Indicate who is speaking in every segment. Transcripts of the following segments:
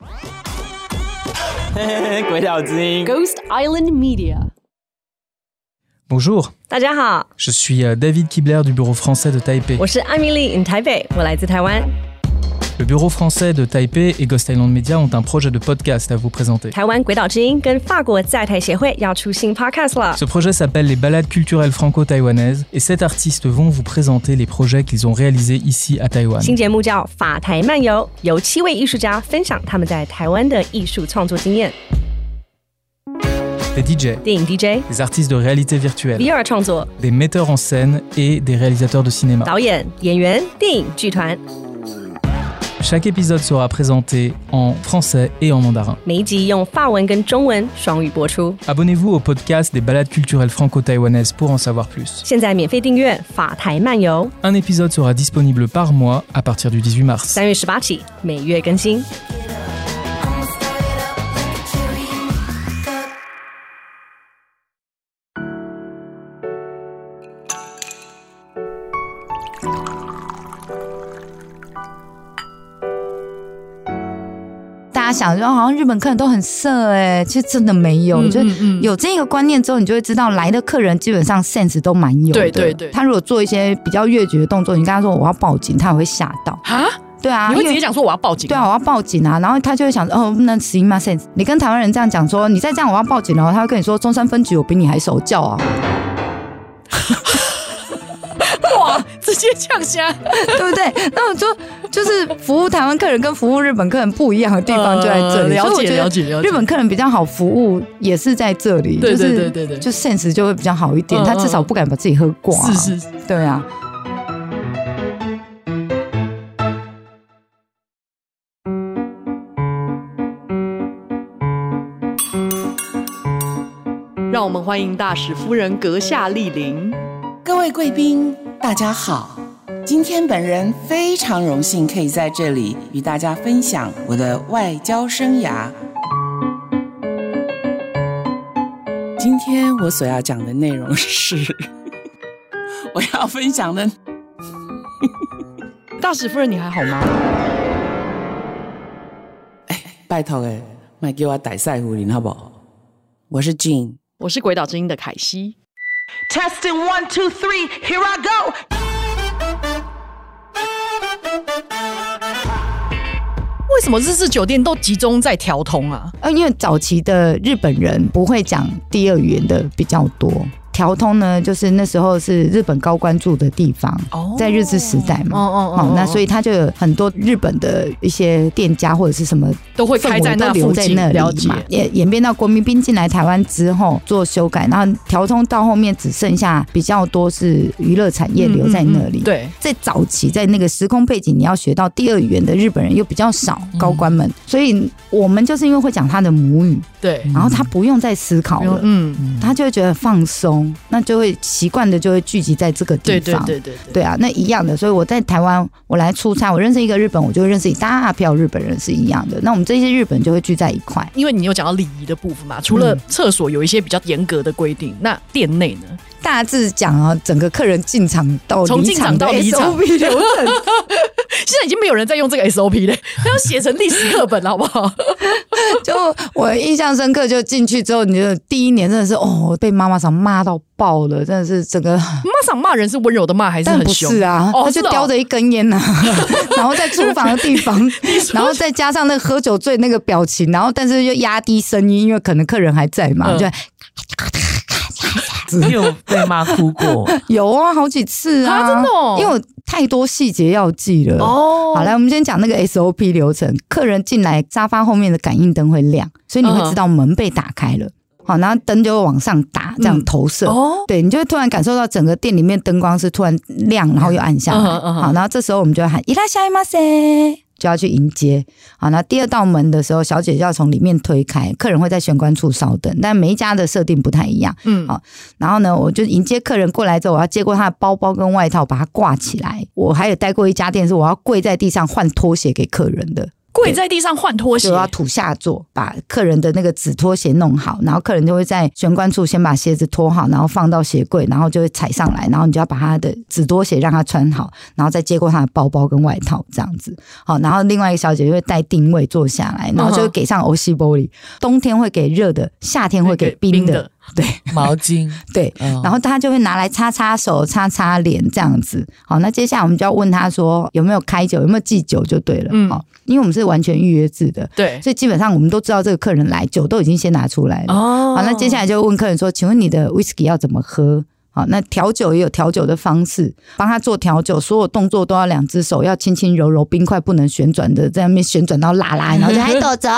Speaker 1: 鬼岛之音。
Speaker 2: Ghost Island Media.
Speaker 3: Bonjour,
Speaker 4: 大家好，
Speaker 3: je suis euh, David Kibler du bureau français de Taipei.
Speaker 4: 我是艾米丽 in 台北，我来自台湾。
Speaker 3: Le bureau français de Taipei et Ghost Island Media ont un projet de podcast à vous présenter.
Speaker 4: 台湾鬼岛之音跟法国在台协会要出新 podcast 了。
Speaker 3: Ce projet s'appelle les balades culturelles franco-taïwanaises et sept artistes vont vous présenter les projets qu'ils ont réalisés ici à Taïwan.
Speaker 4: 新节目叫《法台漫游》，由七位艺术家分享他们在台湾的艺术创作经验。
Speaker 3: Des DJ,
Speaker 4: 电影 DJ、
Speaker 3: des artistes de réalité virtuelle,
Speaker 4: VR 创作、
Speaker 3: des metteurs en scène et des réalisateurs de cinéma.
Speaker 4: 导演、演员、电影剧团，
Speaker 3: Chaque épisode sera présenté en français et en mandarin.
Speaker 4: 每一集用法文跟中文双语播出。
Speaker 3: Abonnez-vous au podcast des balades culturelles franco-taïwanaises pour en savoir plus.
Speaker 4: 现在免费订阅《法台漫游》，
Speaker 3: Un épisode sera disponible par mois à partir du 18 mars.
Speaker 4: 三月十八起每月更新。
Speaker 5: 大家想说哦好像日本客人都很色哎、其实真的没有，你就
Speaker 2: 嗯
Speaker 5: 有这个观念之后，你就会知道来的客人基本上 sense 都蛮有的。
Speaker 2: 对对对
Speaker 5: 他如果做一些比较越矩的动作，你跟他说我要报警，他也会吓到。
Speaker 2: 啊，
Speaker 5: 对啊，
Speaker 2: 你会直
Speaker 5: 因
Speaker 2: 接
Speaker 5: 为
Speaker 2: 讲说我要报警？
Speaker 5: 对啊，我要报警啊，然后他就会想哦，不能 see my sense。你跟台湾人这样讲说，你再这样我要报警了，然后他会跟你说中山分局我比你还手教 啊，
Speaker 2: 哇，直接呛虾。
Speaker 5: 对不对？那我就就是服务台湾客人跟服务日本客人不一样的地方就在这里，所以
Speaker 2: 呃了
Speaker 5: 我
Speaker 2: 解
Speaker 5: 觉得
Speaker 2: 了解了解。
Speaker 5: 日本客人比较好服务，也是在这里，
Speaker 2: 对
Speaker 5: 就是
Speaker 2: 对对对对
Speaker 5: 就 sense 就会比较好一点，
Speaker 2: 嗯
Speaker 5: 他至少不敢把自己喝挂、
Speaker 2: 是是是，
Speaker 5: 对啊。
Speaker 2: 让我们欢迎大使夫人阁下莅临。
Speaker 6: 各位贵宾，大家好。今天本人非常荣幸可以在这里与大家分享我的外交生涯。今天我所要讲的内容是， 我要分享的
Speaker 2: 大使夫人，你还好吗？
Speaker 6: 拜托诶，卖给我逮赛胡林好不好？我是 Jean。
Speaker 2: 我是鬼岛之音的凯西。
Speaker 7: Testing one, two, three. Here I go.
Speaker 2: 为什么日式酒店都集中在调通啊？
Speaker 5: 呃，因为早期的日本人不会讲第二语言的比较多。调通呢，就是那时候是日本高官住的地方，
Speaker 2: 哦
Speaker 5: 在日治时代嘛。
Speaker 2: 哦哦哦哦
Speaker 5: 那所以他就有很多日本的一些店家或者是什么
Speaker 2: 都会
Speaker 5: 氛
Speaker 2: 开在
Speaker 5: 围
Speaker 2: 那
Speaker 5: 都
Speaker 2: 附
Speaker 5: 留在
Speaker 2: 近，
Speaker 5: 那
Speaker 2: 了
Speaker 5: 里
Speaker 2: 解
Speaker 5: 嘛，也演变到国民兵进来台湾之后做修改，然后调通到后面只剩下比较多是娱乐产业留在那里。
Speaker 2: 嗯嗯嗯对，
Speaker 5: 在早期，在那个时空背景，你要学到第二语言的日本人又比较少，高官
Speaker 2: 嗯
Speaker 5: 们，所以我们就是因为会讲他的母语，
Speaker 2: 对，
Speaker 5: 然后他不用再思考了，
Speaker 2: 嗯，
Speaker 5: 他就会觉得放松，那就会习惯的就会聚集在这个地
Speaker 2: 对对
Speaker 5: 方。
Speaker 2: 对对对，
Speaker 5: 对啊，那一样的，所以我在台湾，我来出差，我认识一个日本，我就认识一大票日本人是一样的。那我们这些日本人就会聚在一块，
Speaker 2: 因为你有讲到礼仪的部分嘛，除了厕所有一些比较严格的规定，那店内呢？
Speaker 5: 大致讲啊，整个客人进场到
Speaker 2: 从
Speaker 5: 离
Speaker 2: 进场
Speaker 5: 场的
Speaker 2: 到离场
Speaker 5: SOP 流程，
Speaker 2: 现在已经没有人在用这个 SOP 了，他要写成历史课本了，好不 好？
Speaker 5: 就我印象深刻，就进去之后，你就第一年真的是哦，被妈妈桑骂到爆了，真的是整个，
Speaker 2: 妈赏骂人是温柔的骂还是
Speaker 5: 但
Speaker 2: 很
Speaker 5: 不
Speaker 2: 凶？
Speaker 5: 是啊，
Speaker 2: 哦
Speaker 5: 他就是
Speaker 2: 哦
Speaker 5: 叼着一根烟呐、啊 然后在厨房的地 方，然后再加上那个喝酒醉那个表情，然后但是又压低声音，因为可能客人还在嘛，
Speaker 2: 嗯
Speaker 5: 就
Speaker 1: 你有被骂哭 过？
Speaker 5: 有啊，好几次啊，
Speaker 2: 啊真的哦
Speaker 5: 因为我太多细节要记了。
Speaker 2: 哦
Speaker 5: 好，来，我们先讲那个 SOP 流程。客人进来，沙发后面的感应灯会亮，所以
Speaker 2: 嗯
Speaker 5: 你会知道门被打开了。好，然后灯就会往上打，这样
Speaker 2: 嗯
Speaker 5: 投射。
Speaker 2: 哦，
Speaker 5: 对，你就会突然感受到整个店里面灯光是突然亮，然后又暗下来。
Speaker 2: 嗯哼嗯哼
Speaker 5: 好，然后这时候我们就会喊“伊拉夏伊马塞”，就要去迎接。好，那第二道门的时候，小姐就要从里面推开，客人会在玄关处稍等，但每一家的设定不太一样。
Speaker 2: 嗯
Speaker 5: 好，然后呢，我就迎接客人过来之后，我要接过他的包包跟外套，把它挂起来。我还有待过一家店是我要跪在地上换拖鞋给客人的。
Speaker 2: 跪在地上换拖鞋
Speaker 5: 就，要土下座，把客人的那个纸拖鞋弄好，然后客人就会在玄关处先把鞋子脱好，然后放到鞋柜，然后就会踩上来，然后你就要把他的纸拖鞋让他穿好，然后再接过他的包包跟外套这样子。好，然后另外一个小姐就会带定位坐下来，然后就会给上欧西玻璃，冬天会给热的，夏天会给冰的，
Speaker 2: 的，
Speaker 1: 毛巾，
Speaker 5: 对，
Speaker 1: 嗯
Speaker 5: 然后他就会拿来擦擦手、擦擦脸这样子。好，那接下来我们就要问他说有没有开酒，有没有忌酒就对了。
Speaker 2: 嗯
Speaker 5: 好，因为我们是完全预约制的，
Speaker 2: 对，
Speaker 5: 所以基本上我们都知道这个客人来，酒都已经先拿出来了。
Speaker 2: 哦
Speaker 5: 好，那接下来就问客人说：“请问你的 whisky 要怎么喝？”好，那调酒也有调酒的方式，帮他做调酒，所有动作都要两只手，要轻轻柔柔，冰块不能旋转的，在那边旋转到辣辣，然 后就哎还抖走。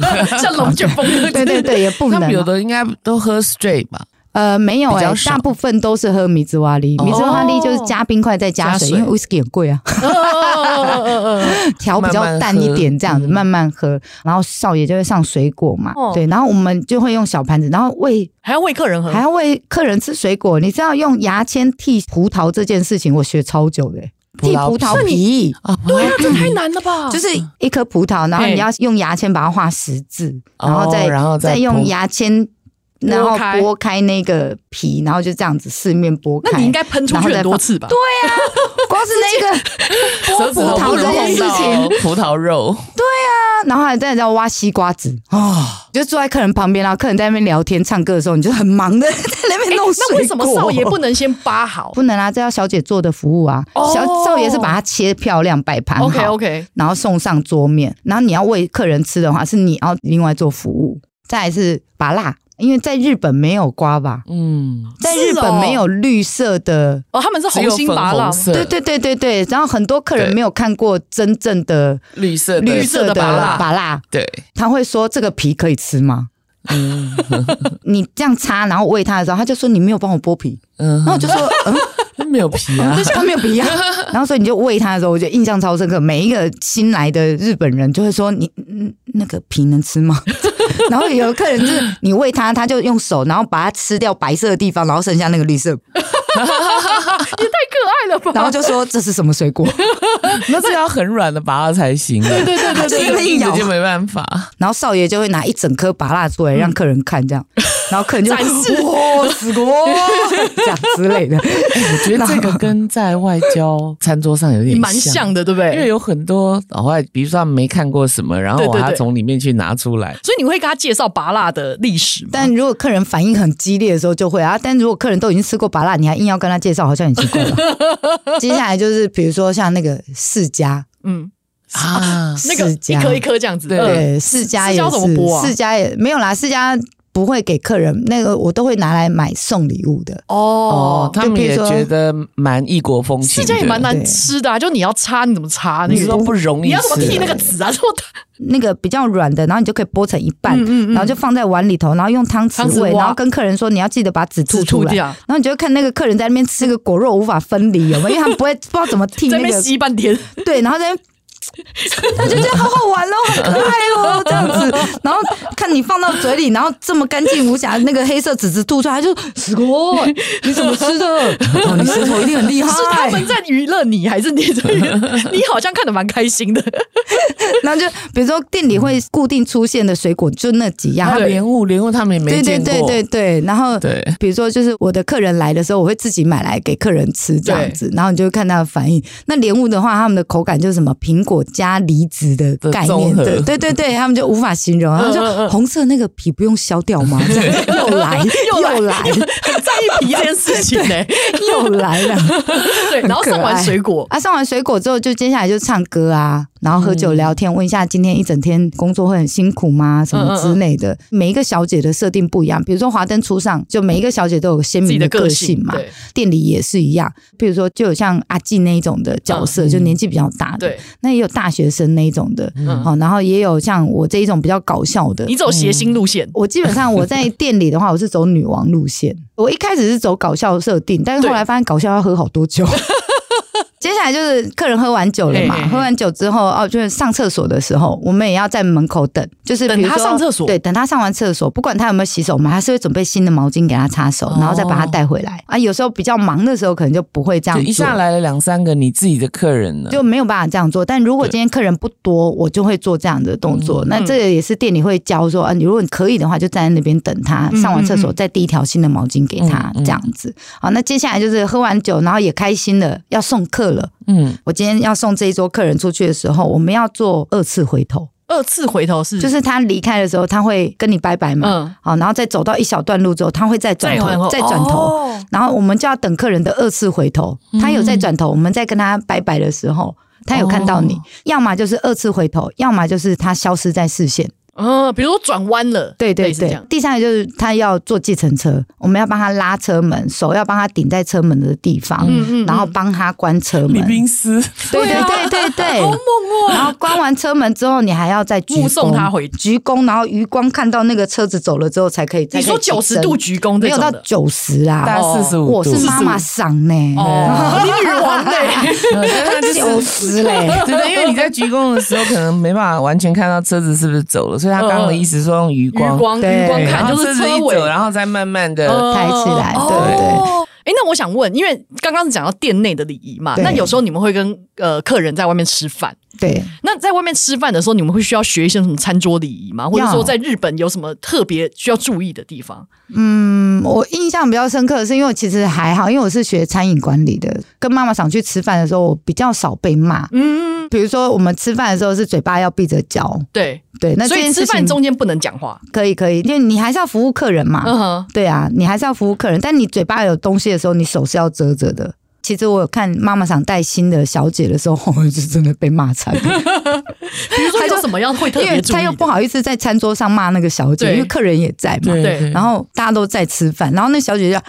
Speaker 2: 来 像龙卷风，
Speaker 5: 哦 对对，对，也不
Speaker 1: 他
Speaker 5: 能啊哦
Speaker 1: 们有 的应该都喝 straight 吧？
Speaker 5: 呃，没有
Speaker 1: 比
Speaker 5: 哎、
Speaker 1: 较少哦
Speaker 5: 大部分都是喝米兹瓦利，米兹瓦利就是加冰块再加水，
Speaker 2: 加水
Speaker 5: 因为 whisky 很 贵啊，
Speaker 2: 哦
Speaker 5: 调比较淡一点这样
Speaker 1: 嗯
Speaker 5: 子，慢慢喝。然后少爷就会上水果嘛，
Speaker 4: 哦
Speaker 5: 对，然后我们就会用小盘子，然后喂
Speaker 2: 还要喂客人喝
Speaker 5: 还，要喂客人吃水果。你知道用牙签剔葡萄这件事情，我学超久的、欸，
Speaker 1: 葡萄
Speaker 5: 剔葡萄皮。
Speaker 1: 啊，
Speaker 2: 对啊，这太难了吧？
Speaker 5: 就是一颗葡萄，然后
Speaker 2: 嘿
Speaker 5: 你要用牙签把它画十字，
Speaker 1: 哦
Speaker 5: 然后再
Speaker 1: 然后再
Speaker 5: 再用
Speaker 1: 剥
Speaker 5: 牙签，然后
Speaker 2: 剥开
Speaker 5: 剥开那个皮，然后就这样子四面剥开。
Speaker 2: 那你应该喷出去很多次
Speaker 5: 啊
Speaker 2: 吧？对，
Speaker 5: 光是那个
Speaker 1: 手 指头不
Speaker 2: 啊
Speaker 1: 能碰到哦 葡萄肉
Speaker 5: 然后还在那挖西瓜籽，
Speaker 2: 哦
Speaker 1: 啊，
Speaker 5: 你就坐在客人旁边，然后客人在那边聊天、唱歌的时候，你就很忙的 在哎那边弄水果、
Speaker 2: 哎那为什么少爷不能先扒好
Speaker 5: 不能啊？这要小姐做的服务啊。
Speaker 2: 哦
Speaker 5: 小少爷是把它切漂亮、摆盘好
Speaker 2: ？OK OK，
Speaker 5: 然后送上桌面。然后你要喂客人吃的话，是你要另外做服务。再来是拔辣，因为在日本没有瓜吧，
Speaker 1: 嗯，
Speaker 5: 在
Speaker 2: 是
Speaker 5: 日
Speaker 2: 哦
Speaker 5: 本没有绿色的
Speaker 2: 哦，他们是
Speaker 1: 只
Speaker 2: 红
Speaker 1: 有
Speaker 2: 心
Speaker 1: 粉
Speaker 2: 拔
Speaker 1: 红
Speaker 2: 蜡，
Speaker 1: 色，
Speaker 5: 对对对对对，然后很多客人
Speaker 1: 对
Speaker 5: 没有看过真正的
Speaker 1: 绿色的
Speaker 5: 绿色的
Speaker 2: 拔蜡
Speaker 5: 拔蜡，
Speaker 1: 对，
Speaker 5: 他会说这个皮可以吃 吗？
Speaker 1: 嗯
Speaker 5: 你这样擦，然后喂它的时候，他就说你没有帮我剥皮，
Speaker 1: 嗯
Speaker 5: 然后我就 说，嗯，
Speaker 1: 没有皮啊，
Speaker 5: 他没有皮 啊。然后所以你就喂它的时候，我就印象超深刻。每一个新来的日本人就会说，你嗯那个皮能吃 吗？然后有的客人就是你喂他，他就用手，然后把它吃掉白色的地方，然后剩下那个绿 色，
Speaker 2: 太可爱了吧？
Speaker 5: 然后就说这是什么水 果？
Speaker 1: 那这要很软的拔了才行，啊对对对
Speaker 5: 对 对
Speaker 1: 硬的就没办法，
Speaker 5: 然后少爷就会拿一整颗拔蜡出来让客人看， 这样，然后客人就
Speaker 2: 嗯展示
Speaker 5: 哇死国这样之类 的。
Speaker 1: 我觉得这个跟在外交餐桌上有点
Speaker 2: 蛮像的，对不
Speaker 1: 因为
Speaker 2: 对？
Speaker 1: 有很多老外，哦比如说他们没看过什么，然后
Speaker 2: 对
Speaker 1: 我
Speaker 2: 对
Speaker 1: 还要
Speaker 2: 对
Speaker 1: 从里面去拿出来。
Speaker 2: 所以你会跟他介绍拔蜡的历史吗？
Speaker 5: 但如果客人反应很激烈的时候就会啊，但如果客人都已经吃过麻辣，你还硬要跟他介绍，好像很奇 怪吧。接下来就是比如说像那个世家，
Speaker 2: 嗯，
Speaker 1: 啊，
Speaker 2: 那个
Speaker 5: 世
Speaker 2: 一
Speaker 5: 家
Speaker 2: 颗一颗这样子，
Speaker 1: 对
Speaker 2: 嗯
Speaker 5: 对，世家
Speaker 2: 世
Speaker 5: 也
Speaker 2: 家怎么
Speaker 5: 是，
Speaker 2: 剥啊
Speaker 5: 世家也没有啦，世家不会给客人那个，我都会拿来买送礼物的。
Speaker 1: 哦
Speaker 2: 哦，，
Speaker 1: 他们
Speaker 5: 就比
Speaker 1: 也
Speaker 5: 如说
Speaker 1: 觉得蛮异国风情
Speaker 2: 世
Speaker 1: 的，
Speaker 2: 家也蛮难
Speaker 5: 对
Speaker 2: 吃的啊，就你要擦，你怎么擦
Speaker 1: 你
Speaker 2: 那
Speaker 1: 说
Speaker 2: 个？
Speaker 1: 不容易
Speaker 2: 你
Speaker 1: 吃
Speaker 2: 要
Speaker 1: 啊，
Speaker 2: 怎么剃那个籽啊？ 这么大
Speaker 5: 那个比较软的，然后你就可以剥成一半，
Speaker 2: 嗯嗯嗯
Speaker 5: 然后就放在碗里头，然后用汤匙
Speaker 2: 汤匙
Speaker 5: 喂，
Speaker 2: 挖
Speaker 5: 然后跟客人说你要记得把籽吐
Speaker 2: 籽
Speaker 5: 出
Speaker 2: 吐
Speaker 5: 来，
Speaker 2: 掉，
Speaker 5: 然后你就会看那个客人在那边吃个果肉无法分离，有没有？因为他们不会不知道怎么剔
Speaker 2: 在
Speaker 5: 那
Speaker 2: 那
Speaker 5: 个
Speaker 2: 边吸半天，
Speaker 5: 对，然后在那边他就觉得好好玩哦，好可爱哦，这样子。然后看你放到嘴里，然后这么干净无瑕，那个黑色籽子吐出来，他 就死锅，你怎么吃的？哦、你舌头一定很厉害。
Speaker 2: 是他 们在娱乐你，还是你 在娱乐？你好像看得蛮开心的，
Speaker 5: 然后就比如说店里会固定出现的水果就那几样，
Speaker 1: 啊
Speaker 5: 他们
Speaker 1: 莲雾，莲雾他们也没
Speaker 5: 对对
Speaker 1: 见过，
Speaker 5: 对对对，然后
Speaker 1: 对
Speaker 5: 比如说，就是我的客人来的时候，我会自己买来给客人吃这样子，然后你就会看他的反应。那莲雾的话，他们的口感就是什么苹果加梨子的概
Speaker 1: 的综
Speaker 5: 念，
Speaker 1: 合嗯
Speaker 5: 对对对对，他们就无法形容。他们说红色那个皮不用削掉 吗？这样又来又来
Speaker 2: 很在意皮这件事情 呢。
Speaker 5: 又来了。
Speaker 2: 对，然后上完水果，
Speaker 5: 啊，上完水果之后，就接下来就唱歌啊，然后喝酒
Speaker 2: 嗯
Speaker 5: 聊天，问一下今天一整天工作会很辛苦吗？什么之类
Speaker 2: 嗯
Speaker 5: 的。每一个小姐的设定不一样，比如说华灯初上，就每一个小姐都嗯有鲜
Speaker 2: 自己
Speaker 5: 明
Speaker 2: 的
Speaker 5: 个
Speaker 2: 个
Speaker 5: 性
Speaker 2: 性
Speaker 5: 嘛。
Speaker 2: 对
Speaker 5: 店里也是一样，比如说就有像阿纪那一种的角色，
Speaker 1: 嗯
Speaker 5: 就年纪比较大的，
Speaker 2: 对，
Speaker 5: 那也有大学生那一种的，哦
Speaker 2: 嗯，
Speaker 5: 好、然后也有像我这一种比较搞笑的嗯
Speaker 2: 你。走谐星路线，
Speaker 5: 我基本上我在店里的话，我是走女王路线。我一开始是走搞笑设定，但是后来发现搞笑要喝好多酒。 接下来就是客人喝完酒了嘛，
Speaker 2: 嘿嘿嘿
Speaker 5: 喝完酒之后哦，就是上厕所的时候，我们也要在门口等，就是
Speaker 2: 等
Speaker 5: 比如说
Speaker 2: 他上厕所
Speaker 5: 对，等他上完厕所，不管他有没有洗手，我们还是会准备新的毛巾给他擦手，然后再
Speaker 2: 哦
Speaker 5: 把他带回来、啊。有时候比较忙的时候，可能就不会这样
Speaker 1: 就
Speaker 5: 做
Speaker 1: 一下来了两三个你自己的客人
Speaker 2: 嗯
Speaker 1: 呢，
Speaker 5: 就没有办法这样做。但如果
Speaker 1: 对
Speaker 5: 今天客人不多，我就会做这样的动
Speaker 2: 嗯
Speaker 5: 作。那这个也是店里会教说，啊，你如果你可以的话，就站在那边等他、上完
Speaker 2: 嗯
Speaker 5: 厕所，再递一条新的毛巾给他，
Speaker 1: 嗯嗯
Speaker 5: 这样子。好，那接下来就是喝完酒，然后也开心了，要送客了。
Speaker 1: 嗯，
Speaker 5: 我今天要送这一桌客人出去的时候，我们要做二次回头，
Speaker 2: 二次回头是
Speaker 5: 就是他离开的时候，他会跟你拜拜嘛。
Speaker 2: 嗯，
Speaker 5: 好，然后再走到一小段路之后，他会再转
Speaker 2: 再
Speaker 5: 头，
Speaker 2: 回头
Speaker 5: 再转头，
Speaker 2: 哦
Speaker 5: 然后我们就要等客人的二次回头，
Speaker 2: 嗯
Speaker 5: 他有在转头，我们在跟他拜拜的时候，他有看到你，
Speaker 1: 哦
Speaker 5: 要么就是二次回头，要么就是他消失在视线。
Speaker 2: 嗯，比如说转弯了，
Speaker 5: 对对
Speaker 2: 类似这
Speaker 5: 对
Speaker 2: 样，
Speaker 5: 第三个就是他要坐计程车，我们要帮他拉车门，手要帮他顶在车门的地方，
Speaker 2: 嗯嗯嗯
Speaker 5: 然后帮他关车
Speaker 1: 李
Speaker 5: 门。
Speaker 1: 冰丝，
Speaker 5: 对
Speaker 2: 对
Speaker 5: 对
Speaker 2: 啊
Speaker 5: 对对对，
Speaker 2: 好猛哦！
Speaker 5: 然后关完车门之后，你还要再鞠
Speaker 2: 目送
Speaker 5: 躬
Speaker 2: 他回
Speaker 5: 鞠躬，然后余光看到那个车子走了之后才可以。
Speaker 2: 你
Speaker 5: 才
Speaker 2: 说
Speaker 5: 可以起
Speaker 2: 九十
Speaker 5: 身
Speaker 2: 度鞠躬
Speaker 5: 没
Speaker 2: 这
Speaker 5: 有
Speaker 2: 种
Speaker 5: 到
Speaker 2: 的，
Speaker 5: 九十啦，
Speaker 1: 大概
Speaker 2: 哦
Speaker 1: 四十五度，
Speaker 5: 我是妈妈桑呢，
Speaker 2: 哦，你女王嘞，
Speaker 5: 九十嘞，
Speaker 1: 对对，因为你在鞠躬的时候，可能没办法完全看到车子是不是走了，所以他刚刚的意思说用余
Speaker 2: 余
Speaker 1: 光，
Speaker 2: 光
Speaker 5: 哦对
Speaker 2: 余光
Speaker 1: 对
Speaker 2: 看
Speaker 1: 然后
Speaker 2: 就
Speaker 1: 车
Speaker 2: 是
Speaker 1: 子
Speaker 2: 车
Speaker 1: 哦一
Speaker 2: 尾
Speaker 1: 走，，然后再慢慢的，
Speaker 2: 嗯
Speaker 5: 抬起来
Speaker 2: 哦
Speaker 5: 对
Speaker 1: 对
Speaker 2: 哎，那我想问，因为刚刚讲到店内的礼仪嘛，
Speaker 5: 对
Speaker 2: 那有时候你们会跟呃客人在外面吃饭，
Speaker 5: 对，
Speaker 2: 那在外面吃饭的时候，你们会需要学一些什么餐桌礼仪吗？或者说在日本有什么特别需要注意的地方？
Speaker 5: 嗯，我印象比较深刻的是，因为我其实还好，因为我是学餐饮管理的，跟妈妈想去吃饭的时候，我比较少被骂。
Speaker 2: 嗯，
Speaker 5: 比如说我们吃饭的时候是嘴巴要闭着嚼，
Speaker 2: 对，
Speaker 5: 对，那这
Speaker 2: 所以
Speaker 5: 件
Speaker 2: 吃
Speaker 5: 事
Speaker 2: 饭
Speaker 5: 情
Speaker 2: 中间不能讲话。
Speaker 5: 可以可以，因为你还是要服务客人嘛，
Speaker 2: 嗯哼，
Speaker 5: 对啊，你还是要服务客人，但你嘴巴有东西的时候，你手是要遮着的。其实我有看妈妈想带新的小姐的时候， 我就真的被骂惨了。
Speaker 2: 比如说有什么要 会特
Speaker 5: 因为
Speaker 2: 别注意
Speaker 5: 他
Speaker 2: 的？
Speaker 5: 又不好意思在餐桌上骂那个小姐，
Speaker 2: 对
Speaker 5: 因为客人也在嘛，
Speaker 2: 对
Speaker 5: 然后大家都在吃饭，然后那小姐 就。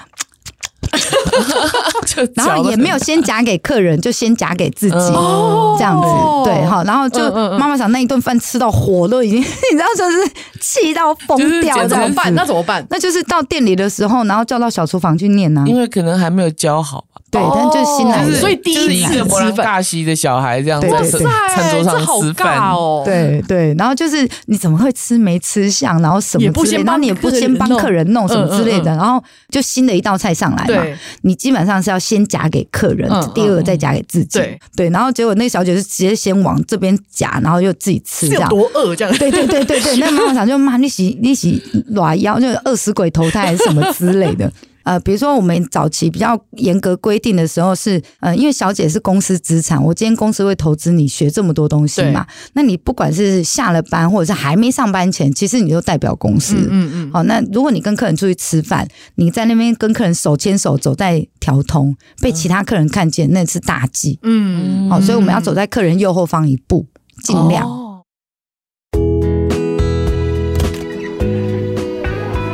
Speaker 5: 然后也没有先夹给客人，就先夹给自己，
Speaker 2: 嗯
Speaker 5: 这样子
Speaker 2: 哦
Speaker 5: 对好，然后就妈妈想那一顿饭吃到火都已经，你 知道就是气到疯掉
Speaker 2: 那
Speaker 5: 这
Speaker 2: 怎
Speaker 5: 样
Speaker 2: 么
Speaker 5: 子，
Speaker 2: 办？那怎么办？
Speaker 5: 那就是到店里的时候，然后叫到小厨房去念呐、啊，
Speaker 1: 因为可能还没有教好吧。
Speaker 5: 对，但就是新来
Speaker 2: 嗯哦
Speaker 1: 哦
Speaker 2: 就
Speaker 5: 的，
Speaker 2: 是所以第一
Speaker 1: 就是一
Speaker 2: 次
Speaker 1: 个勃
Speaker 2: 吃
Speaker 1: 朗
Speaker 2: 饭
Speaker 1: 大西的小孩这样在
Speaker 5: 对对
Speaker 1: 餐
Speaker 5: 对
Speaker 1: 餐桌
Speaker 2: 这
Speaker 1: 上
Speaker 2: 好
Speaker 1: 吃
Speaker 2: 尬
Speaker 1: 饭，
Speaker 2: 哦。，
Speaker 5: 对对，然后就是你怎么会吃没吃相，然后什
Speaker 2: 也
Speaker 5: 么
Speaker 2: 不
Speaker 5: 之类，
Speaker 2: 先
Speaker 5: 然后
Speaker 2: 帮
Speaker 5: 你也
Speaker 2: 客
Speaker 5: 不先
Speaker 2: 人
Speaker 5: 帮
Speaker 2: 弄
Speaker 5: 客人弄什么
Speaker 2: 嗯
Speaker 5: 之类的，
Speaker 2: 嗯
Speaker 5: 然后就新的一道菜上来嘛
Speaker 2: 对，
Speaker 5: 你基本上是要先夹给客人，
Speaker 2: 嗯
Speaker 5: 第二个再夹给自己，
Speaker 2: 对
Speaker 5: 对，然后结果那个小姐是直接先往这边夹，然后又自己吃
Speaker 2: 是
Speaker 5: 这
Speaker 2: 有
Speaker 5: 样。
Speaker 2: 多饿这样？
Speaker 5: 对对对对对，
Speaker 2: 啊
Speaker 5: 那妈妈想就妈你洗你洗软腰，就是饿死鬼投胎还是什么之类的。 呃，比如说我们早期比较严格规定的时候是，呃，因为小姐是公司资产，我今天公司会投资你学这么多东西嘛，那你不管是下了班或者是还没上班前，其实你就代表公司。
Speaker 2: 嗯嗯，
Speaker 5: 好，那如果你跟客人出去吃饭，你在那边跟客人手牵手走在条通，被其他客人看见，那是大忌。
Speaker 2: 嗯，
Speaker 5: 好、所以我们要走在客人右后方一步，尽量。
Speaker 2: 哦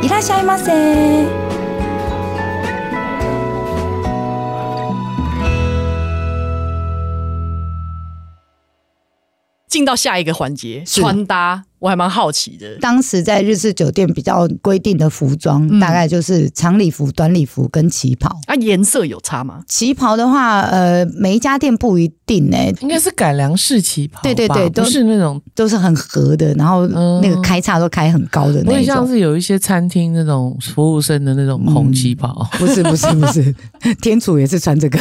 Speaker 5: いらっしゃいませ。
Speaker 2: 进到下一个环节，
Speaker 5: 是
Speaker 2: 穿搭，我还蛮好奇的。
Speaker 5: 当时在日式酒店比较规定的服装，
Speaker 2: 嗯
Speaker 5: 大概就是长礼服、短礼服跟旗袍。
Speaker 2: 啊，颜色有差吗？
Speaker 5: 旗袍的话，呃，每一家店不一定呢、
Speaker 1: 应该是改良式旗袍吧，
Speaker 5: 对对对都
Speaker 1: 不是那种，
Speaker 5: 都是很合的，然后
Speaker 1: 嗯
Speaker 5: 那个开叉都开很高的
Speaker 1: 不
Speaker 5: 那
Speaker 1: 会
Speaker 5: 一
Speaker 1: 像
Speaker 5: 种。
Speaker 1: 是有一些餐厅那种服务生的那种红旗袍，
Speaker 5: 不是不是不 是，天楚也是穿这个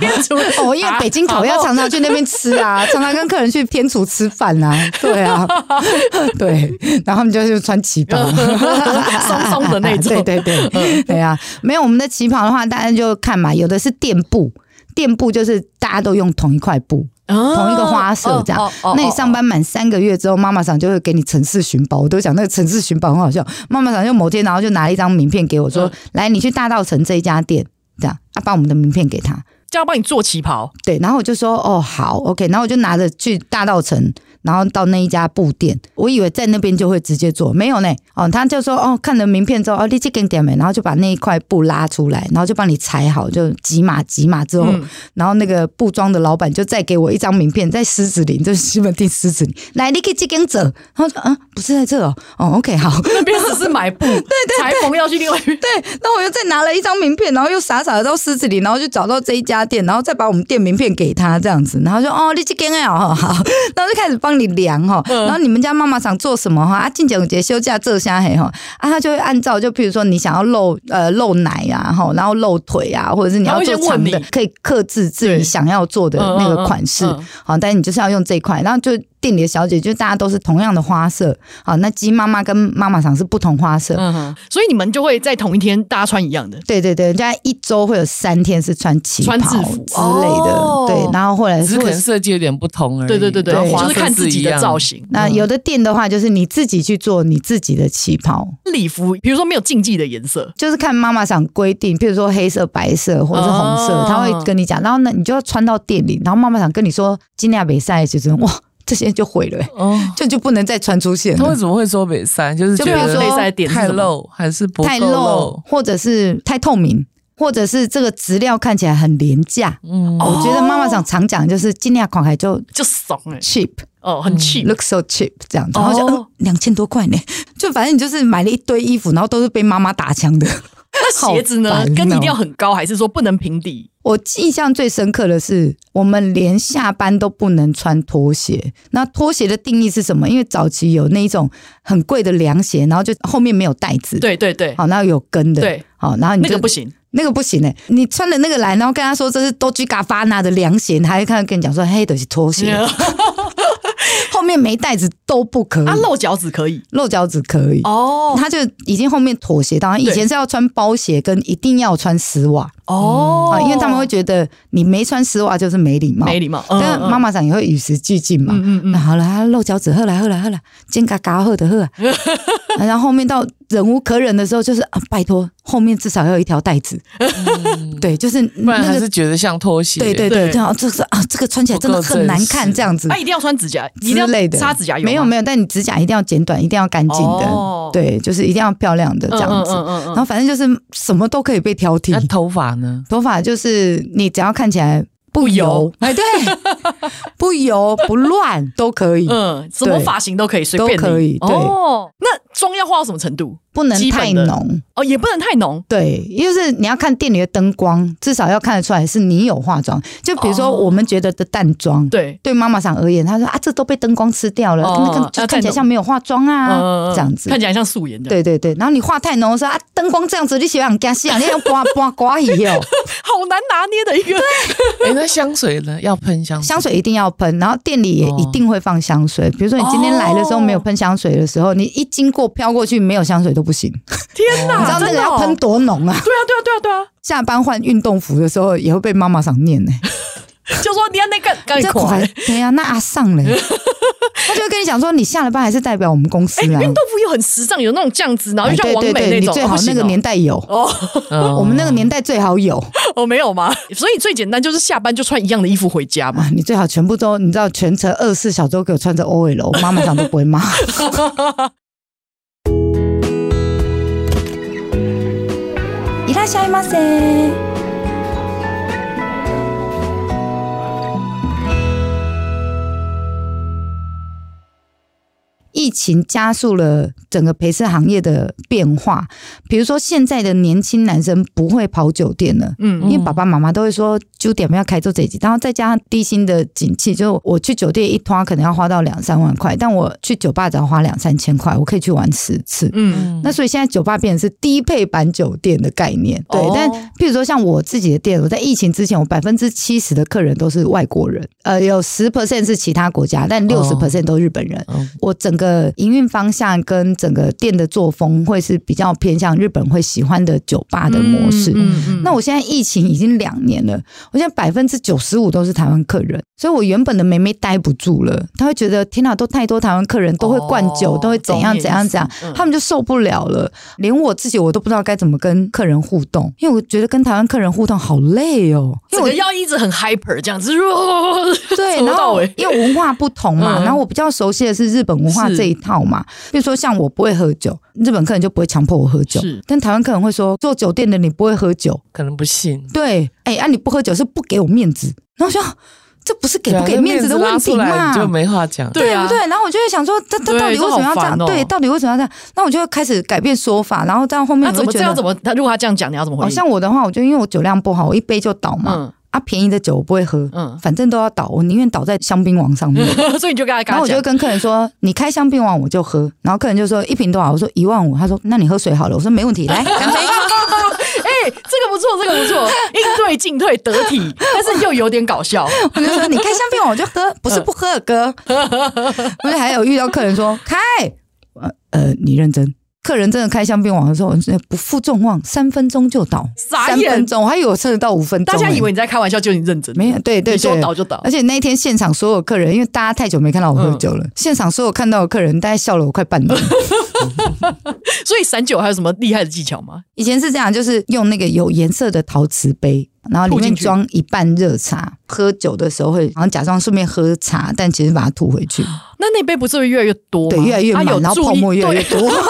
Speaker 2: 天竺
Speaker 5: 哦，因为北京烤鸭常常去那边吃啊，常常跟客人去天楚吃饭啊，对 啊，对，然后他们就是穿旗袍，
Speaker 2: 松松的那 种
Speaker 5: 对
Speaker 2: 嗯
Speaker 5: 对对，对啊，没有我们的旗袍的话，大家就看嘛，有的是垫布，垫布就是大家都用同一块布，同
Speaker 2: 同
Speaker 5: 一个花色这样。
Speaker 2: 哦
Speaker 5: 那你上班满三个月之后，妈妈长就会给你城市寻宝。我都讲那个城市寻宝很好笑。妈妈长就某天，然后就拿了一张名片给我说：“来，你去大道城这一家店，这样，啊，把我们的名片给他。
Speaker 2: 就要帮你做旗袍，”
Speaker 5: 对，然后我就说：“哦，好，OK。”然后我就拿着去大道城，然后到那一家布店，我以为在那边就会直接做，没有呢。哦，他就说哦，看了名片之后，哦，你这根点没，然后就把那一块布拉出来，然后就帮你裁好，就几码几码之后，然后那个布庄的老板就再给我一张名片，在狮子林，就是西门町狮子林，来，你可以这根走。然后说嗯，不是在这哦，哦，OK，好。
Speaker 2: 那边只是买布，对对，裁缝要去另外一
Speaker 5: 对，那我又再拿了一张名片，然后又傻傻的到狮子里，然后就找到这一家店，然后再把我们店名片给他这样子，然后就哦，你去跟哦，好，然后就开始帮你量哈，
Speaker 2: 嗯
Speaker 5: 然后你们家妈妈想做什么哈，啊，静姐节休假这下嘿哈，啊，他就会按照就譬如说你想要露呃露奶啊哈，然后露腿啊，或者是你
Speaker 2: 他
Speaker 5: 要
Speaker 2: 会
Speaker 5: 做
Speaker 2: 先
Speaker 5: 长
Speaker 2: 问
Speaker 5: 的
Speaker 2: 你，
Speaker 5: 可以克制自己
Speaker 2: 对
Speaker 5: 想要做的那个款式
Speaker 2: 嗯嗯嗯嗯，
Speaker 5: 好，但是你就是要用这一块，然后就。店里的小姐就大家都是同样的花色，好，那鸡妈妈跟妈妈桑是不同花色，
Speaker 2: 嗯哼，所以你们就会在同一天大家穿一样的，
Speaker 5: 对对对，人家一周会有三天是穿旗袍
Speaker 2: 穿
Speaker 5: 之
Speaker 2: 制服
Speaker 5: 类的，
Speaker 2: 哦
Speaker 5: 对，然后后来
Speaker 1: 只是
Speaker 5: 是
Speaker 1: 可
Speaker 5: 会
Speaker 1: 能设计有点不同而已。
Speaker 2: 对对对对
Speaker 1: 然后，花
Speaker 2: 就是
Speaker 1: 色
Speaker 2: 看自己
Speaker 1: 一
Speaker 2: 的
Speaker 1: 样
Speaker 2: 造。型。
Speaker 1: 嗯
Speaker 5: 那有的店的话，就是你自己去做你自己的旗袍，
Speaker 2: 礼服，比如说没有禁忌的颜色，
Speaker 5: 就是看妈妈想规定，譬如说黑色、白色或者是红色，
Speaker 2: 哦
Speaker 1: 嗯
Speaker 5: 他会跟你讲，然后呢，你就要穿到店里，然后妈妈想跟你说，今天北赛就是哇， 这些就毁了、欸，
Speaker 1: 哦，
Speaker 5: 就就不能再穿出现
Speaker 1: 他为
Speaker 5: 了。
Speaker 1: 什么会说北塞？就是
Speaker 5: 就
Speaker 1: 觉
Speaker 5: 比如
Speaker 1: 得
Speaker 5: 说内
Speaker 2: 在点是
Speaker 1: 太
Speaker 2: 什么
Speaker 1: 露还是不够
Speaker 5: 太露，或者是太透明，或者是这个质料看起来很廉价。
Speaker 1: 嗯，
Speaker 5: 我觉得妈妈想常讲就是尽量款还就
Speaker 2: 就怂哎、
Speaker 5: cheap，
Speaker 2: 哦，很气。
Speaker 5: look so cheap 这样子，然后
Speaker 2: 哦
Speaker 5: 就两千、0多块呢，就反正你就是买了一堆衣服，然后都是被妈妈打枪的。
Speaker 2: 那鞋子呢
Speaker 5: 好烦哦？
Speaker 2: 跟一定要很高，还是说不能平底？
Speaker 5: 我印象最深刻的是，我们连下班都不能穿拖鞋。那拖鞋的定义是什么？因为早期有那一种很贵的凉鞋，然后就后面没有带子，，
Speaker 2: 对对对，
Speaker 5: 好，然后有跟的，
Speaker 2: 对，
Speaker 5: 好，然后你
Speaker 2: 那
Speaker 5: 就
Speaker 2: 个不行。
Speaker 5: 那个不行哎、你穿了那个来，然后跟他说这是 Doji Gabbana 的凉鞋，他还看跟你讲说，嘿，都是拖 鞋，
Speaker 2: 嗯
Speaker 5: 后面没带子都不可以，
Speaker 2: 啊，露脚趾可以
Speaker 5: 露脚趾可以
Speaker 2: 哦
Speaker 5: 他就已经后面妥协到，以
Speaker 2: 对
Speaker 5: 前是要穿包鞋跟一定要穿丝袜
Speaker 2: 哦
Speaker 5: 啊，因为他们会觉得你没穿丝袜就是没礼貌。
Speaker 2: 没礼貌。嗯
Speaker 5: 但妈，妈长也会与时俱进嘛。
Speaker 2: 嗯嗯嗯
Speaker 5: 那好了，啊露脚趾，喝来喝来喝来，肩嘎嘎喝的喝 啊。然后后面到忍无可忍的时候，就是啊，拜托，后面至少要有一条带子。
Speaker 2: 嗯
Speaker 5: 对，就是
Speaker 1: 不然
Speaker 5: 那
Speaker 1: 还
Speaker 5: 个
Speaker 1: 是，觉得像拖鞋。
Speaker 5: 对对对，
Speaker 2: 对
Speaker 5: 这样就是啊，这个穿起来真的很难
Speaker 1: 不
Speaker 5: 看，
Speaker 1: 够正式
Speaker 5: 这样子
Speaker 2: 嗯啊，。一定要穿指甲，一
Speaker 5: 之
Speaker 2: 定要
Speaker 5: 类的，
Speaker 2: 擦指甲油吗。
Speaker 5: 没有没有，但你指甲一定要剪短，一定要干净的，
Speaker 2: 哦
Speaker 5: 对，就是一定要漂亮的这样子。
Speaker 2: 嗯嗯嗯嗯嗯嗯
Speaker 5: 然后反正就是什么都可以被挑剔
Speaker 1: 那，头发呢？
Speaker 5: 头发就是你只要看起来不油，哎， 对，不油不乱都可以，
Speaker 2: 嗯，什么
Speaker 5: 对
Speaker 2: 发型都可以，随
Speaker 5: 都
Speaker 2: 便你
Speaker 5: 可以对
Speaker 2: 哦，那妆要化到什么程度？
Speaker 5: 不能
Speaker 2: 基
Speaker 5: 太
Speaker 2: 本的
Speaker 5: 浓。
Speaker 2: 哦，也不能太浓。
Speaker 5: 对，因为是你要看店里的灯光，至少要看得出来是你有化妆。就比如说
Speaker 2: 哦
Speaker 5: 我们觉得的淡妆，
Speaker 2: 对，
Speaker 5: 对妈妈桑而言，她说啊，这都被灯光吃掉了，
Speaker 2: 哦
Speaker 5: 那个就
Speaker 2: 要
Speaker 5: 看
Speaker 2: 再
Speaker 5: 起来
Speaker 2: 浓
Speaker 5: 像没有化妆啊，
Speaker 2: 嗯
Speaker 5: 这样子
Speaker 2: 看。起来像素颜的。，
Speaker 5: 对对对，然后你画太浓的时候啊，灯光这样子，你喜欢加戏啊，你要刮刮刮一 哦。
Speaker 2: 好难拿捏的一个。
Speaker 1: 哎，那香水呢？要喷香水。
Speaker 5: 香水一定要喷，然后店里也一定会放香水。比如说你今天来的时候
Speaker 2: 哦
Speaker 5: 没有喷香水的时候，你一经过飘过去没有香水都不行。
Speaker 2: 天哪，
Speaker 5: 你知道那
Speaker 2: 真
Speaker 5: 个
Speaker 2: 的
Speaker 5: 要
Speaker 2: 哦
Speaker 5: 喷？多浓啊！
Speaker 2: 对啊，对啊，对啊，对啊。
Speaker 5: 下班换运动服的时候也会被妈妈赏念呢、
Speaker 2: 就说你要那个赶
Speaker 5: 这
Speaker 2: 紧快
Speaker 5: 款，对啊呀、那阿尚 嘞，他就会跟你讲说你下了班还是代表我们公司
Speaker 2: 哎，
Speaker 5: 啊。
Speaker 2: 运动服又很时尚，有那种酱子，然后
Speaker 5: 哎
Speaker 2: 就像
Speaker 5: 对
Speaker 2: 王
Speaker 5: 对
Speaker 2: 美
Speaker 5: 对，
Speaker 2: 那
Speaker 5: 你
Speaker 2: 种，
Speaker 5: 最
Speaker 2: 哦
Speaker 5: 好那个年。代有，
Speaker 2: 哦
Speaker 5: 我
Speaker 1: 我
Speaker 5: 们那个年代最好有
Speaker 2: 哦，没有吗？所以最简单就是下班就穿一样的衣服回家嘛。
Speaker 5: 啊！你最好全部都，你知道全程二十四小时都给我穿着 OL，妈妈想都不会骂。伊拉西马塞。疫情加速了整个陪侍行业的变化，比如说现在的年轻男生不会跑酒店了，嗯，因为爸爸妈妈都会说九点要开做这一集，然后再加上低薪的景气，就是我去酒店一拖可能要花到两三万块，但我去酒吧只要花两三千块，我可以去玩十次，
Speaker 2: 嗯，
Speaker 5: 那所以现在酒吧变成是低配版酒店的概念，对。
Speaker 2: 哦
Speaker 5: 但譬如说像我自己的店，我在疫情之前，我百分之七十的客人
Speaker 2: 哦
Speaker 5: 都是外国人，呃，有十 percent 是其他国家，但六十 percent 都日本人。
Speaker 1: 哦
Speaker 5: 我整个的营运方向跟整个店的作风会是比较偏向日本会喜欢的酒吧的模式。
Speaker 2: 嗯
Speaker 5: 那我现在疫情已经两年了，我现在百分之九十五都是台湾客人，所以我原本的妹妹待不住了，她会觉得天哪，都太多台湾客人都会灌酒，
Speaker 2: 哦
Speaker 5: 都会怎样
Speaker 2: 懂你的
Speaker 5: 怎样怎样
Speaker 2: 意思嗯，
Speaker 5: 他们就受不了了。连我自己我都不知道该怎么跟客人互动，因为我觉得跟台湾客人互动好累哦，因
Speaker 2: 整
Speaker 5: 为
Speaker 2: 个
Speaker 5: 我
Speaker 2: 要一直很 hyper 这样子， 哦
Speaker 5: 对，
Speaker 2: 从
Speaker 5: 然
Speaker 2: 头到
Speaker 5: 后
Speaker 2: 尾
Speaker 5: 因为文化不同嘛，
Speaker 2: 嗯
Speaker 5: 然后我比较熟悉的是日本文化
Speaker 2: 是
Speaker 5: 这一套嘛。比如说像我不会喝酒，日本客人就不会强迫我喝酒
Speaker 2: 是，
Speaker 5: 但台湾客人会说做酒店的你不会喝酒，
Speaker 1: 可能不信。
Speaker 5: 对，哎、啊你不喝酒是不给我面子，然后我说这不是给
Speaker 1: 对
Speaker 5: 不
Speaker 1: 啊
Speaker 5: 给
Speaker 1: 那
Speaker 5: 面子的问
Speaker 1: 拉
Speaker 5: 题
Speaker 1: 出
Speaker 5: 嘛
Speaker 1: 来，你就没话讲。
Speaker 2: 对啊
Speaker 5: 不对？然后我就会想说，这这
Speaker 2: 对
Speaker 5: 到底为什么要这
Speaker 2: 这好
Speaker 5: 样？
Speaker 2: 烦哦
Speaker 5: 对，到底为什么要这样？那我就会开始改变说法，然后这样后面
Speaker 2: 那
Speaker 5: 我
Speaker 2: 怎
Speaker 5: 就
Speaker 2: 么
Speaker 5: 觉
Speaker 2: 这
Speaker 5: 得
Speaker 2: 样？怎么？他如果他这样讲，你要怎么
Speaker 5: 哦，
Speaker 2: 回应？
Speaker 5: 像我的话，我就因为我酒量不好，我一杯就倒嘛。啊，便宜的酒我不会喝，
Speaker 2: 嗯
Speaker 5: 反正都要倒，我宁愿倒在香槟王上 面。
Speaker 2: 嗯，所以你就跟他
Speaker 5: 然
Speaker 2: 跟他
Speaker 5: 后我就
Speaker 2: 讲，
Speaker 5: 跟客人说：“你开香槟王我就喝。”然后客人就说：“一瓶多少？”我说：“一万五。”他说：“那你喝水好了。”我说：“没问题，来干杯。
Speaker 2: 哎，这个不错，这个不错，应对进退得体，但是又有点 搞笑，”
Speaker 5: 我就说：“你开香槟王我就喝，不是不喝，哥。”不是还有遇到客人说：“开，呃呃，你认真。”客人真的开香槟王的时候，我真的不负众望，三分钟就倒，
Speaker 2: 傻
Speaker 5: 三
Speaker 2: 眼
Speaker 5: 分钟，我还以为我甚至到五分钟
Speaker 2: 大
Speaker 5: 欸。
Speaker 2: 家以为你在开玩笑，就你认真，
Speaker 5: 没有，对对
Speaker 2: 你说
Speaker 5: 对，
Speaker 2: 倒就倒
Speaker 5: 而，且那一天现场所有客人，因为大家太久没看到我喝酒
Speaker 2: 嗯
Speaker 5: 了，现场所有看到的客人大概笑了我快半 年。
Speaker 2: 所以散酒还有什么厉害的技巧吗？
Speaker 5: 以前是这样，就是用那个有颜色的陶瓷杯，然后里
Speaker 2: 吐进
Speaker 5: 面
Speaker 2: 去
Speaker 5: 装一半热茶。喝酒的时候会，然后假装顺便喝茶，但其实把它吐回去，
Speaker 2: 那那杯不是会越来越多吗？
Speaker 5: 对，越来越
Speaker 2: 他
Speaker 5: 满，
Speaker 2: 有
Speaker 5: 然后
Speaker 2: 注
Speaker 5: 泡
Speaker 2: 意
Speaker 5: 沫越来越
Speaker 2: 对
Speaker 5: 多。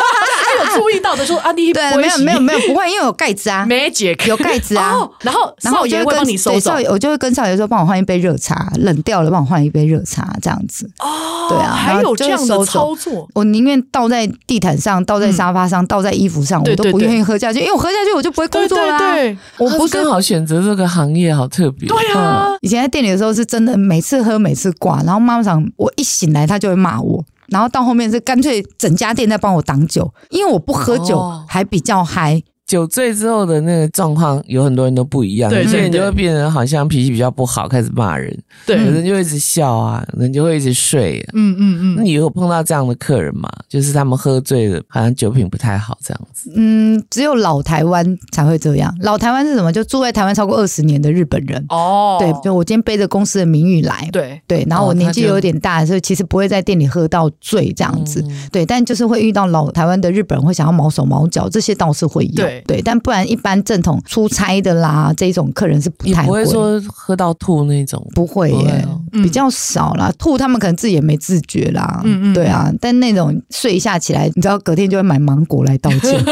Speaker 2: 他有注意到的说啊，你
Speaker 5: 对，没有没有没有，不会，因为有盖子 啊，
Speaker 2: magic
Speaker 5: 有盖子啊。
Speaker 2: 哦，然后
Speaker 5: 然后
Speaker 2: 少
Speaker 5: 我就会
Speaker 2: 爷会
Speaker 5: 跟
Speaker 2: 帮你收
Speaker 5: 对
Speaker 2: 走
Speaker 5: 少爷，我就会跟少爷说，帮我换一杯热茶，冷掉了，帮我换一杯热茶，这样子。
Speaker 2: 哦
Speaker 5: 对啊
Speaker 2: 还
Speaker 5: 然
Speaker 2: 有
Speaker 5: 后
Speaker 2: 这
Speaker 5: 就
Speaker 2: 样
Speaker 5: 收走
Speaker 2: 的操作，
Speaker 5: 我宁愿倒在地毯上，倒在沙发上，倒在衣服上，
Speaker 2: 嗯对
Speaker 5: 我都
Speaker 2: 对
Speaker 5: 不
Speaker 2: 对
Speaker 5: 愿意喝下去，因为我喝下去我就不会工
Speaker 2: 对
Speaker 5: 作
Speaker 2: 对
Speaker 5: 啦。
Speaker 2: 对， 啊
Speaker 5: 我
Speaker 1: 他
Speaker 5: 不是
Speaker 1: 刚好选择这个行业，好特别。嗯
Speaker 2: 对啊，
Speaker 5: 以前在店里的时候是真的每次喝每次挂，然后妈妈常我一醒来她就会骂我，然后到后面是干脆整家店在帮我挡酒，因为我不喝酒、
Speaker 1: 哦
Speaker 5: 还比较嗨，
Speaker 1: 酒醉之后的那个状况，有很多人都不一样，
Speaker 2: 对
Speaker 1: 有些人
Speaker 2: 对
Speaker 1: 就
Speaker 2: 对
Speaker 1: 会变得好像脾气比较不好，开始骂人；
Speaker 2: 对，
Speaker 1: 有
Speaker 2: 嗯
Speaker 1: 人就会一直笑啊，有人就会一直睡、啊。
Speaker 2: 嗯
Speaker 1: 那
Speaker 2: 嗯，
Speaker 1: 你有碰到这样的客人吗？就是他们喝醉了，好像酒品不太好这样子。
Speaker 5: 嗯，只有老台湾才会这样。老台湾是什么？就住在台湾超过二十年的日本人。
Speaker 2: 哦，
Speaker 5: 对，就我今天背着公司的名誉来，
Speaker 2: 对，
Speaker 5: 对，然后
Speaker 1: 哦
Speaker 5: 我年
Speaker 1: 他
Speaker 5: 纪
Speaker 1: 就
Speaker 5: 有点大，所以其实不会在店里喝到醉这样子。
Speaker 1: 嗯
Speaker 5: 对，但就是会遇到老台湾的日本人会想要毛手毛脚，这些倒是会有。
Speaker 2: 对
Speaker 5: 但不然一般正统出差的啦，这种客人是不
Speaker 1: 也
Speaker 5: 太
Speaker 1: 不会说喝到吐那种。
Speaker 5: 不会
Speaker 1: 不会
Speaker 5: 耶
Speaker 1: 哦，
Speaker 2: 嗯
Speaker 5: 比较少啦。吐他们可能自己也没自觉啦，
Speaker 2: 嗯嗯
Speaker 5: 对啊。但那种睡一下起来，你知道隔天就会买芒果来道 歉，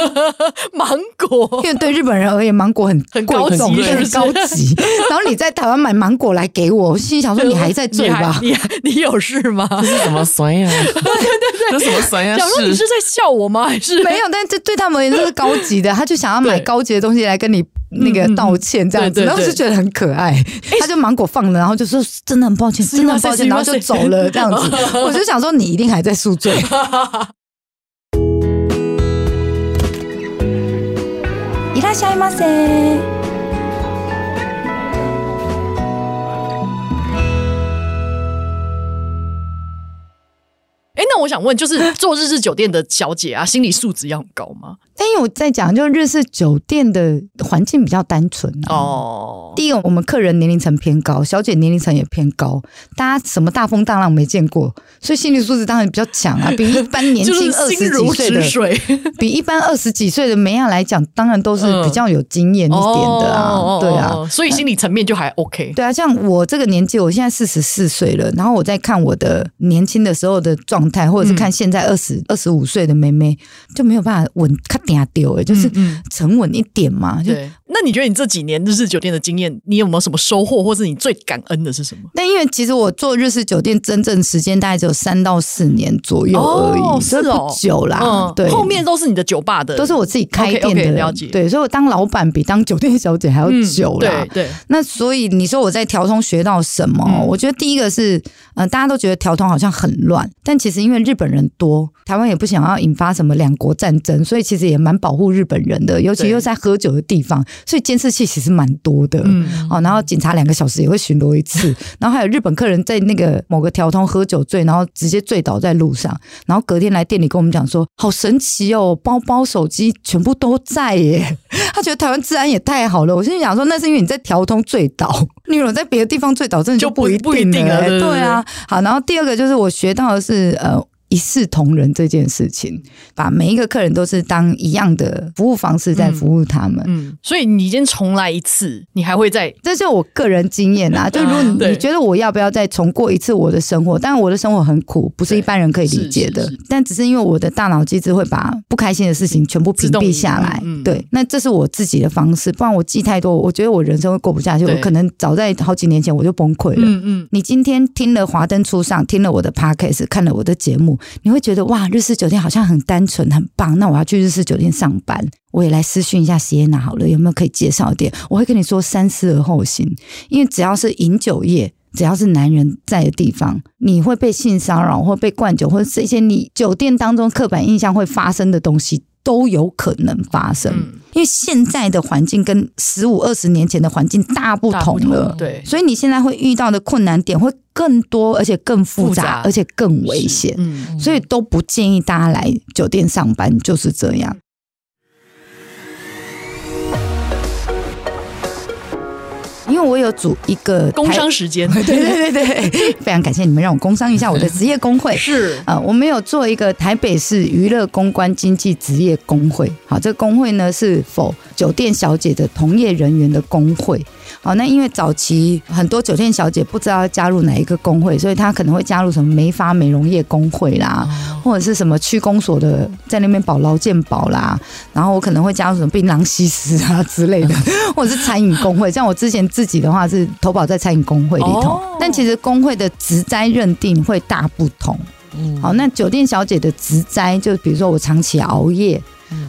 Speaker 2: 芒果
Speaker 5: 因为对日本人而言，芒果很
Speaker 2: 很
Speaker 5: 贵
Speaker 2: 高级
Speaker 5: 重对
Speaker 2: 是不
Speaker 5: 很
Speaker 2: 是
Speaker 5: 高级。然后你在台湾买芒果来给我，我心里想 说你还在醉
Speaker 2: 你还
Speaker 5: 吧？
Speaker 2: 你还你有事吗？
Speaker 1: 这是什么酸呀？ 对对对，这是什么酸呀？
Speaker 2: 想说你是在笑我吗？还 是
Speaker 5: 没有，但这对他们而言都是高级的，他就想要买
Speaker 2: 对嗯
Speaker 5: 高级的东西来跟你那个道歉这样子，
Speaker 2: 嗯嗯嗯对对对哎
Speaker 5: 然后就觉得很可爱。他就芒果放了，然后就说真的很抱歉，
Speaker 2: す
Speaker 5: 真
Speaker 2: い
Speaker 5: 的
Speaker 2: ま
Speaker 5: 很
Speaker 2: せん
Speaker 5: 抱歉，然后
Speaker 2: すいません
Speaker 5: 就走了这样子。我就想说你一定还在宿 醉。いらっしゃいませ。
Speaker 2: 哎，那我想问，就是做日式酒店的小姐啊，心理素质要很高吗？
Speaker 5: 但因为我在讲，就日式酒店的环境比较单纯啊。
Speaker 2: 哦，
Speaker 5: 第一个，我们客人年龄层偏高，小姐年龄层也偏高，大家什么大风大浪没见过，所以心理素质当然比较强 啊，比一般年
Speaker 2: 就是
Speaker 5: 轻二
Speaker 2: 心
Speaker 5: 十几
Speaker 2: 如
Speaker 5: 岁
Speaker 2: 止
Speaker 5: 的，
Speaker 2: 水，
Speaker 5: 比一般二十几岁的梅亚来讲，当然都是比较有经验一点的啊，
Speaker 2: 哦
Speaker 5: 对啊。，
Speaker 2: 所以心理层面就还 OK。
Speaker 5: 对啊，像我这个年纪，我现在四十四岁了，然后我在看我的年轻的时候的状态，或者
Speaker 2: 嗯
Speaker 5: 是看现在二十二十五岁的妹妹，就没有办法稳，咔嗲丢哎，就是
Speaker 2: 嗯嗯
Speaker 5: 沉稳一点嘛，就
Speaker 2: 对，那你觉得你这几年日式酒店的经验，你有没有什么收获，或是你最感恩的是什么？
Speaker 5: 但因为其实我做日式酒店真正时间大概只有三到四年左右而已，
Speaker 2: 哦
Speaker 5: 所以
Speaker 2: 是哦
Speaker 5: 不久啦。对，
Speaker 2: 后面都是你的酒吧的，
Speaker 5: 都是我自己开店的
Speaker 2: OK，OK，
Speaker 5: 人
Speaker 2: 了解
Speaker 5: 对，所以我当老板比当酒店小姐还要
Speaker 2: 嗯
Speaker 5: 久啦。
Speaker 2: 对对，
Speaker 5: 那所以你说我在调通学到什么？
Speaker 2: 嗯
Speaker 5: 我觉得第一个是，呃，大家都觉得调通好像很乱，但其实因为日本人多，台湾也不想要引发什么两国战争，所以其实也蛮保护日本人的，尤其
Speaker 2: 对
Speaker 5: 又在喝酒的地方，所以监视器其实蛮多的。
Speaker 2: 嗯，
Speaker 5: 哦，然后警察两个小时也会巡逻一次，然后还有日本客人在那个某个条通喝酒醉，然后直接醉倒在路上，然后隔天来店里跟我们讲说，好神奇哦，包包、手机全部都在耶， 他觉得台湾治安也太好了。我心里想说，那是因为你在条通醉倒，你如果在别的地方醉倒，真的
Speaker 2: 就
Speaker 5: 不
Speaker 2: 不不一
Speaker 5: 定
Speaker 2: 定了
Speaker 5: 欸
Speaker 2: 对对
Speaker 5: 对啊，好，然后第二个就是我学到的是呃。一视同仁这件事情，把每一个客人都是当一样的服务方式在服务他们。
Speaker 2: 嗯，所以你先重来一次，你还会再
Speaker 5: 这是我个人经验啊 啦。就如果你
Speaker 2: 对
Speaker 5: 你觉得我要不要再重过一次我的生活，但我的生活很苦，不是一般人可以理解的。
Speaker 2: 是是
Speaker 5: 但只是因为我的大脑机制会把不开心的事情全部屏蔽下来。
Speaker 2: 自动移嗯
Speaker 5: 对，那这是我自己的方式，不然我记太多，我觉得我人生会过不下去。
Speaker 2: 对
Speaker 5: 我可能早在好几年前我就崩溃了。
Speaker 2: 嗯嗯，
Speaker 5: 你今天听了《华灯初上》，听了我的 podcast，看了我的节目，你会觉得哇，日式酒店好像很单纯、很棒。那我要去日式酒店上班，我也来私讯一下 Sienna 好了，有没有可以介绍的店？我会跟你说三思而后行，因为只要是饮酒业。只要是男人在的地方，你会被性骚扰，或被灌酒，或者是一些你酒店当中刻板印象会发生的东西，都有可能发生。
Speaker 2: 嗯
Speaker 5: 因为现在的环境跟十五二十年前的环境大不
Speaker 2: 大
Speaker 5: 同了，
Speaker 2: 对，
Speaker 5: 所以你现在会遇到的困难点会更多，而且更复杂，
Speaker 2: 复杂
Speaker 5: 而且更危险。
Speaker 2: 嗯，
Speaker 5: 所以都不建议大家来酒店上班，就是这样。因为我有组一个
Speaker 2: 工
Speaker 5: 台
Speaker 2: 伤时间
Speaker 5: 对对对对，非常感谢你们让我工商一下我的职业工会。
Speaker 2: 是
Speaker 5: 呃，我们有做一个台北市娱乐公关经济职业工会。好，这个工会呢是否酒店小姐的同业人员的工会。好，那因为早期很多酒店小姐不知道要加入哪一个工会，所以她可能会加入什么美发美容业工会啦，
Speaker 2: 哦
Speaker 5: 或者是什么区公所的在那边保劳健保啦，然后我可能会加入什么槟榔西施啊之类 的，或者是餐饮工会。像我之前自己的话是投保在餐饮工会里头，
Speaker 2: 哦
Speaker 5: 但其实工会的职灾认定会大不同。
Speaker 2: 嗯
Speaker 5: 好，那酒店小姐的职灾，就比如说我长期熬夜，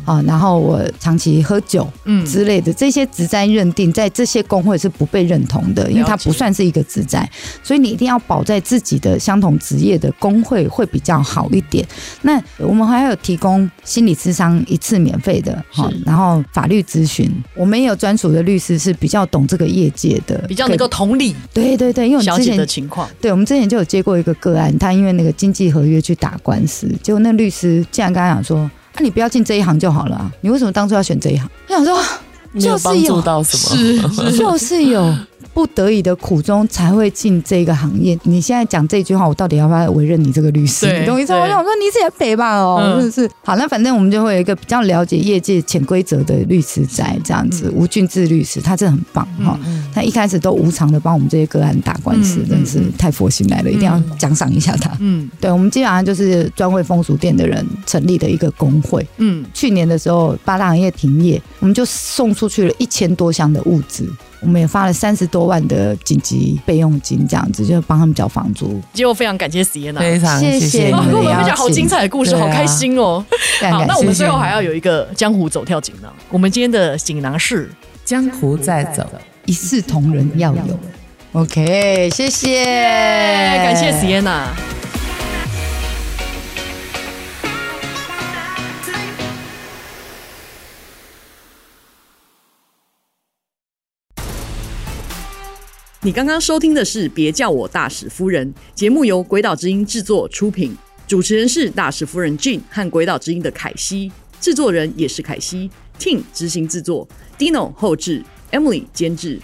Speaker 5: 啊，然后我长期喝酒
Speaker 2: 嗯
Speaker 5: 之类的，这些职灾认定在这些工会是不被认同的，因为它
Speaker 2: 了解
Speaker 5: 不算是一个职灾，所以你一定要保在自己的相同职业的工会会比较好一点。那我们还有提供心理咨商一次免费的，好
Speaker 2: 是，
Speaker 5: 然后法律咨询，我们也有专属的律师是比较懂这个业界的，
Speaker 2: 比较能够同理
Speaker 5: 对对对，因为我们
Speaker 2: 小
Speaker 5: 之
Speaker 2: 姐
Speaker 5: 前
Speaker 2: 的情况，
Speaker 5: 对，我们之前就有接过一个个案，他因为那个经济合约去打官司，结果那律师竟然跟他讲说：“啊，你不要进这一行就好了、啊，你为什么当初要选这一行？”我想说，
Speaker 1: 没有帮助到什么。
Speaker 5: 就是有不得已的苦衷才会进这个行业。你现在讲这句话，我到底要不要委任你这个律师？
Speaker 2: 对
Speaker 5: 你懂我意思吗？
Speaker 2: 对
Speaker 5: 我想说你是也北吧哦，
Speaker 2: 嗯
Speaker 5: 真的是。好，那反正我们就会有一个比较了解业界潜规则的律师在这样
Speaker 1: 嗯
Speaker 5: 子，吴俊志律师，他真的很棒哈。他一开始都无偿的帮我们这些个案打官司，
Speaker 2: 嗯
Speaker 5: 真的是
Speaker 2: 嗯嗯
Speaker 5: 太佛心来了，一定要奖赏一下他。
Speaker 2: 嗯
Speaker 5: 对，我们基本上就是专为风俗店的人成立的一个工会。
Speaker 2: 嗯，
Speaker 5: 去年的时候，八大行业停业，我们就送出去了一千多箱的物资，我们也发了三十多万的紧急备用金，这样子就帮他们缴房租。
Speaker 2: 结果非常感谢 Sienna。
Speaker 1: 非常谢
Speaker 5: 谢谢
Speaker 1: 谢你
Speaker 2: 哇，
Speaker 5: 你
Speaker 1: 们
Speaker 2: 跟我
Speaker 1: 的
Speaker 2: 们
Speaker 1: 邀请
Speaker 2: 分享好精彩的故事，
Speaker 1: 对啊
Speaker 2: 好开心哦！
Speaker 5: 非常
Speaker 2: 好，
Speaker 5: 感
Speaker 2: 那我
Speaker 5: 谢
Speaker 2: 们。最后还要有一个江湖走跳锦囊。我们今天的锦囊是
Speaker 1: 江湖再走。
Speaker 5: 一视同仁要有。OK，谢谢，
Speaker 2: 哎，嗯感谢 Sienna。
Speaker 8: 你刚刚收听的是《别叫我大使夫人》，节目由鬼岛之音制作出品，主持人是大使夫人 Jean 和鬼岛之音的凯西，制作人也是凯西，Ting 执行制作，Dino 后制，Emily 监制。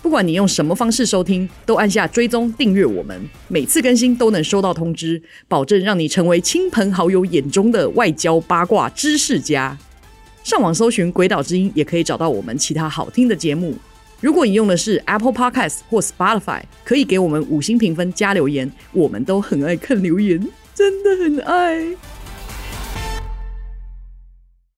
Speaker 8: 不管你用什么方式收听，都按下追踪订阅我们，每次更新都能收到通知，保证让你成为亲朋好友眼中的外交八卦知识家。上网搜寻《鬼岛之音》，也可以找到我们其他好听的节目。如果你用的是 Apple Podcast 或 Spotify，可以给我们五星评分加留言，我们都很爱看留言，真的很爱。